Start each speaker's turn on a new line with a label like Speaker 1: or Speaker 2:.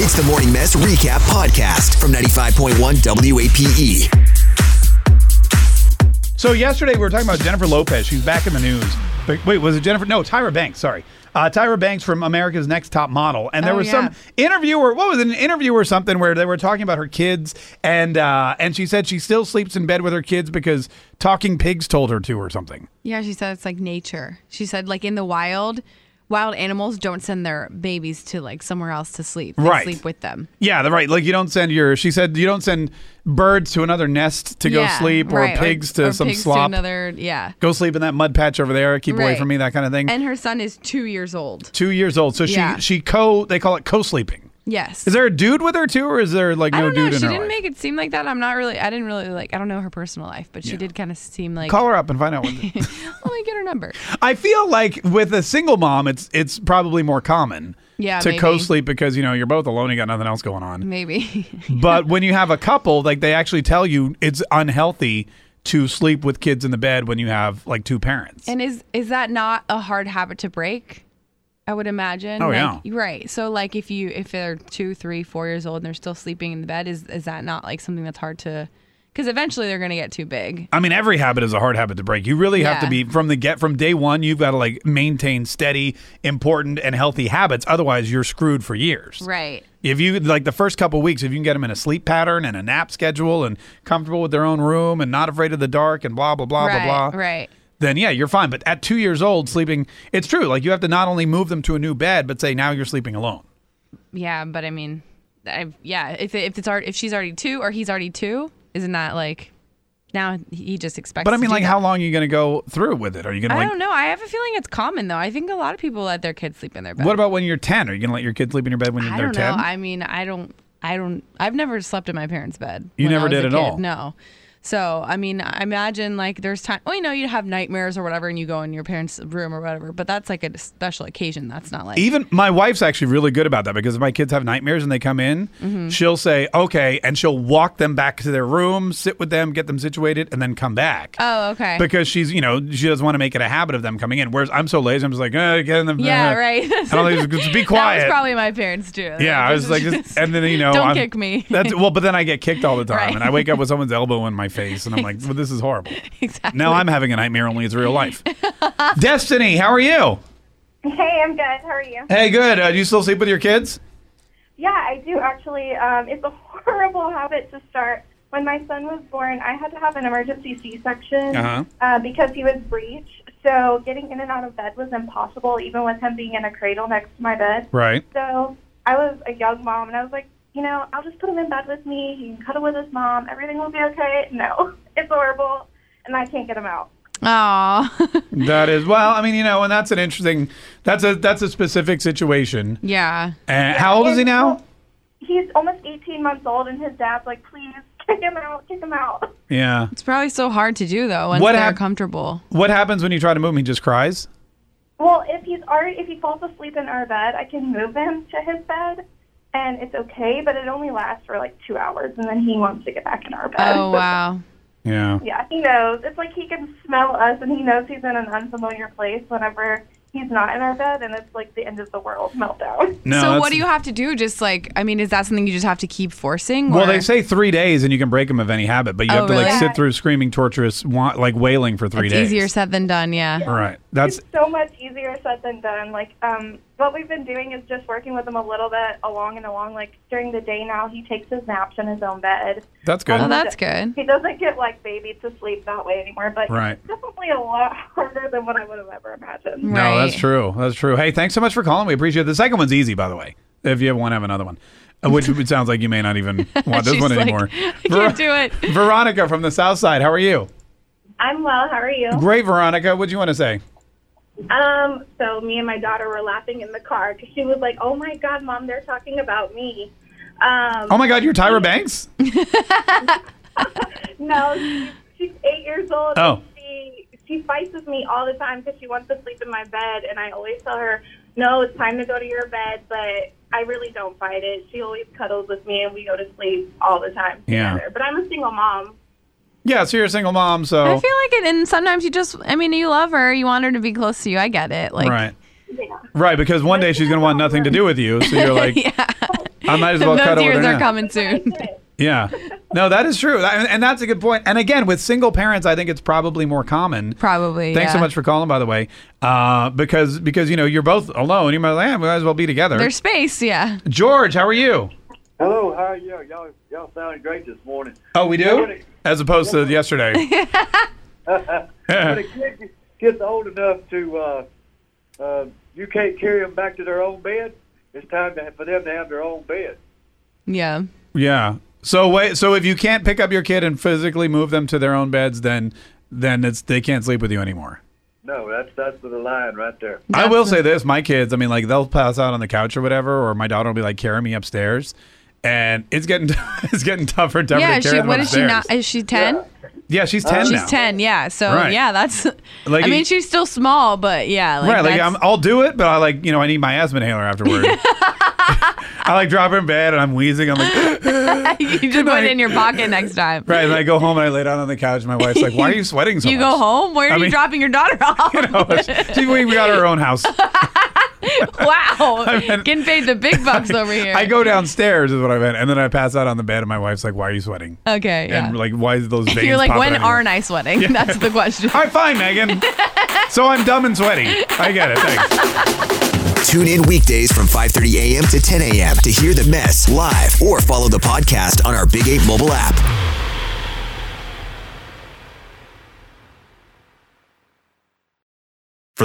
Speaker 1: It's the Morning Mess Recap Podcast from 95.1 WAPE.
Speaker 2: So yesterday we were talking about Jennifer Lopez. She's back in the news. But wait, was it Jennifer? No, Tyra Banks. Sorry, uh, Tyra Banks from America's Next Top Model. And there
Speaker 3: Oh,
Speaker 2: was
Speaker 3: yeah.
Speaker 2: some interview or what was it, an interview or something where they were talking about her kids and uh, and she said she still sleeps in bed with her kids because talking pigs told her to or something.
Speaker 3: Yeah, she said it's like nature. She said like in the wild, wild animals don't send their babies to like somewhere else to sleep. They
Speaker 2: Right.
Speaker 3: sleep with them.
Speaker 2: Yeah, the right. Like you don't send your. She said you don't send birds to another nest to go
Speaker 3: Yeah,
Speaker 2: sleep or
Speaker 3: right,
Speaker 2: pigs to
Speaker 3: or
Speaker 2: some
Speaker 3: pigs
Speaker 2: slop.
Speaker 3: To another, yeah.
Speaker 2: go sleep in that mud patch over there. Keep away
Speaker 3: Right.
Speaker 2: from me. That kind of thing.
Speaker 3: And her son is two years old.
Speaker 2: Two years old. So she
Speaker 3: Yeah.
Speaker 2: she co they call it co sleeping.
Speaker 3: Yes.
Speaker 2: Is there a dude with her too, or is there like
Speaker 3: I
Speaker 2: no
Speaker 3: don't know.
Speaker 2: dude in
Speaker 3: She
Speaker 2: her
Speaker 3: didn't
Speaker 2: life?
Speaker 3: make it seem like that. I'm not really. I didn't really like. I don't know her personal life, but she did kind of seem like.
Speaker 2: Call her up and find out. What
Speaker 3: Let me get her number.
Speaker 2: I feel like with a single mom, it's it's probably more common
Speaker 3: Yeah,
Speaker 2: to
Speaker 3: maybe.
Speaker 2: co-sleep because you know you're both alone, you got nothing else going on.
Speaker 3: Maybe.
Speaker 2: but when you have a couple, like they actually tell you it's unhealthy to sleep with kids in the bed when you have like two parents.
Speaker 3: and is is that not a hard habit to break? I would imagine.
Speaker 2: Oh,
Speaker 3: like,
Speaker 2: yeah.
Speaker 3: Right. So like if you if they're two, three, four years old and they're still sleeping in the bed, is is that not like something that's hard to? Because eventually they're gonna get too big.
Speaker 2: I mean, every habit is a hard habit to break. You really have to be
Speaker 3: Yeah.
Speaker 2: from the get from day one. You've got to like maintain steady, important, and healthy habits. Otherwise, you're screwed for years.
Speaker 3: Right.
Speaker 2: If you like the first couple weeks, if you can get them in a sleep pattern and a nap schedule and comfortable with their own room and not afraid of the dark and blah blah blah
Speaker 3: right.
Speaker 2: blah blah,
Speaker 3: Right.
Speaker 2: then yeah, you're fine. But at two years old, sleeping it's true. Like you have to not only move them to a new bed, but say now you're sleeping alone.
Speaker 3: Yeah. But I mean, I yeah. If if it's already if she's already two or he's already two, isn't that like? Now he just expects.
Speaker 2: But I
Speaker 3: to
Speaker 2: mean,
Speaker 3: do
Speaker 2: like,
Speaker 3: that.
Speaker 2: how long are you going to go through with it? Are you going to
Speaker 3: I
Speaker 2: like?
Speaker 3: don't know. I have a feeling it's common though. I think a lot of people let their kids sleep in their bed.
Speaker 2: What about when you're ten? Are you going to let your kid sleep in your bed when
Speaker 3: I
Speaker 2: they're
Speaker 3: don't know.
Speaker 2: ten?
Speaker 3: I mean, I don't. I don't. I've never slept in my parents' bed.
Speaker 2: You
Speaker 3: when I
Speaker 2: never
Speaker 3: was
Speaker 2: did
Speaker 3: a
Speaker 2: at
Speaker 3: kid.
Speaker 2: all?
Speaker 3: No. So I mean, I imagine like there's time. Well, you know, you have nightmares or whatever, and you go in your parents' room or whatever. But that's like a special occasion. That's not like.
Speaker 2: Even my wife's actually really good about that because if my kids have nightmares and they come in,
Speaker 3: Mm-hmm.
Speaker 2: she'll say, okay, and she'll walk them back to their room, sit with them, get them situated, and then come back.
Speaker 3: oh, okay.
Speaker 2: Because she's, you know, she doesn't want to make it a habit of them coming in. Whereas I'm so lazy, I'm just like, eh, get in the
Speaker 3: yeah, right.
Speaker 2: I don't think just be
Speaker 3: That
Speaker 2: quiet.
Speaker 3: was probably my parents too.
Speaker 2: yeah, I was like, just, and then you know,
Speaker 3: don't
Speaker 2: I'm-
Speaker 3: kick me.
Speaker 2: That's well, but then I get kicked all the time,
Speaker 3: Right.
Speaker 2: and I wake up with someone's elbow in my face, and I'm like, well, this is horrible.
Speaker 3: exactly.
Speaker 2: Now I'm having a nightmare, only it's real life. Destiny, how are you?
Speaker 4: Hey, I'm good. How are you?
Speaker 2: Hey, good. Uh, do you still sleep with your kids?
Speaker 4: Yeah, I do actually. Um, it's a horrible habit to start. When my son was born, I had to have an emergency C-section
Speaker 2: Uh-huh.
Speaker 4: uh, because he was breech. So getting in and out of bed was impossible, even with him being in a cradle next to my bed.
Speaker 2: Right.
Speaker 4: So I was a young mom, and I was like, you know, I'll just put him in bed with me. He can cuddle with his mom. Everything will be okay. No, it's horrible, and I can't get him out.
Speaker 3: Aw.
Speaker 2: That is well. I mean, you know, and that's an interesting. That's a that's a specific situation.
Speaker 3: yeah.
Speaker 2: And how old is he now?
Speaker 4: He's almost 18 months old, and his dad's like, please, kick him out, kick him out.
Speaker 2: Yeah.
Speaker 3: It's probably so hard to do though once
Speaker 2: What
Speaker 3: they're
Speaker 2: hap-
Speaker 3: comfortable.
Speaker 2: What happens when you try to move him? He just cries.
Speaker 4: Well, if he's already if he falls asleep in our bed, I can move him to his bed, and it's okay. But it only lasts for like two hours, and then he wants to get back in our bed.
Speaker 3: Oh wow.
Speaker 2: Yeah.
Speaker 4: yeah, he knows. It's like he can smell us, and he knows he's in an unfamiliar place whenever he's not in our bed, and it's like the end of the world meltdown.
Speaker 2: No.
Speaker 3: so
Speaker 2: that's-
Speaker 3: what do you have to do? Just like, I mean, is that something you just have to keep forcing?
Speaker 2: Well,
Speaker 3: or-
Speaker 2: they say three days and you can break him of any habit, but you
Speaker 3: Oh,
Speaker 2: have to like
Speaker 3: really?
Speaker 2: sit through screaming, torturous, wa- like wailing for three
Speaker 3: it's
Speaker 2: days.
Speaker 3: easier said than done. Yeah.
Speaker 2: All right. That's
Speaker 4: It's so much easier said than done. Like, um, what we've been doing is just working with him a little bit along and along. Like during the day now, he takes his naps in his own bed.
Speaker 2: that's good.
Speaker 3: Oh, that's good.
Speaker 4: He doesn't get like baby to sleep that way anymore, but
Speaker 2: Right.
Speaker 4: it's definitely a lot harder than what I would have ever imagined.
Speaker 2: no, that's
Speaker 3: Right.
Speaker 2: true. That's true. Hey, thanks so much for calling. We appreciate it. The second one's easy, by the way. If you have one, have another one. Uh, Which it sounds like you may not even want this
Speaker 3: She's
Speaker 2: one
Speaker 3: like,
Speaker 2: anymore.
Speaker 3: I can't do it.
Speaker 2: Veronica from the South Side, how are you?
Speaker 4: I'm well. How are you?
Speaker 2: Great, Veronica. What do you want to say?
Speaker 4: Um, so me and my daughter were laughing in the car because she was like, "Oh my god, mom, they're talking about me." Um,
Speaker 2: Oh my God, you're Tyra Banks.
Speaker 4: no, she's, she's eight years old.
Speaker 2: Oh.
Speaker 4: and She she fights with me all the time because she wants to sleep in my bed, and I always tell her, "No, it's time to go to your bed," but. I really don't fight it. She always cuddles with me, and we go to sleep all the time
Speaker 2: Yeah.
Speaker 4: together. But I'm a single mom,
Speaker 2: Yeah, so you're a single mom, so
Speaker 3: I feel like it, and sometimes you just, I mean, you love her, you want her to be close to you. I get it. Like,
Speaker 2: right,
Speaker 4: Yeah.
Speaker 2: right, because one day she's gonna want nothing to do with you. So you're like,
Speaker 3: yeah,
Speaker 2: I might as well
Speaker 3: Those
Speaker 2: cuddle with her
Speaker 3: years are
Speaker 2: now.
Speaker 3: coming soon.
Speaker 2: Yeah. No, that is true. I- And that's a good point. And again, with single parents, I think it's probably more common.
Speaker 3: Probably,
Speaker 2: Thanks so
Speaker 3: yeah.
Speaker 2: much for calling, by the way. Uh, because, because you know, you're both alone. You might, eh, we might as well be together.
Speaker 3: There's space, yeah.
Speaker 2: George, how are you?
Speaker 5: Hello, how are you? Y'all, y'all sounding great this morning.
Speaker 2: Oh, we do? As opposed to yesterday.
Speaker 5: When a kid gets old enough to, uh, uh, you can't carry them back to their own bed. It's time to, for them to have their own bed.
Speaker 3: Yeah.
Speaker 2: yeah. So wait, so if you can't pick up your kid and physically move them to their own beds, then then it's they can't sleep with you anymore.
Speaker 5: No, that's that's the line right there.
Speaker 2: I will say this: my kids, I mean, like they'll pass out on the couch or whatever, or my daughter will be like, "Carry me upstairs," and it's getting it's getting tougher and tougher
Speaker 3: Yeah,
Speaker 2: to
Speaker 3: she,
Speaker 2: carry them
Speaker 3: what is she
Speaker 2: upstairs.
Speaker 3: now? Is she 10?
Speaker 2: yeah, she's ten
Speaker 3: She's
Speaker 2: now.
Speaker 3: 10, yeah. So,
Speaker 2: Right.
Speaker 3: yeah, that's.
Speaker 2: Like,
Speaker 3: I mean,
Speaker 2: you-
Speaker 3: she's still small, but yeah. Like,
Speaker 2: right? Like
Speaker 3: that's-
Speaker 2: I'm, I'll do it, but I like you know I need my asthma inhaler afterward. I like drop her in bed and I'm wheezing. I'm like,
Speaker 3: you just put
Speaker 2: night.
Speaker 3: it in your pocket next time.
Speaker 2: right. And I go home and I lay down on the couch. And my wife's like, "Why are you sweating so
Speaker 3: You
Speaker 2: much?"
Speaker 3: go home? Where are
Speaker 2: I
Speaker 3: you
Speaker 2: mean-
Speaker 3: dropping your daughter off?
Speaker 2: See, we, we got our own house.
Speaker 3: wow.
Speaker 2: mean-
Speaker 3: Getting paid the big bucks over here.
Speaker 2: I go downstairs is what I meant, and then I pass out on the bed, and my wife's like, "Why are you sweating?"
Speaker 3: Okay, Oh, yeah.
Speaker 2: And like, why is those veins?
Speaker 3: You're like,
Speaker 2: popping
Speaker 3: when
Speaker 2: out of your-"
Speaker 3: aren't I sweating? That's the question.
Speaker 2: All right, fine, Megan. so I'm dumb and sweaty. I get it. Thanks.
Speaker 1: Tune in weekdays from 5:30 a.m. to 10 a.m. to hear the mess live or follow the podcast on our Big 8 mobile app.
Speaker 6: For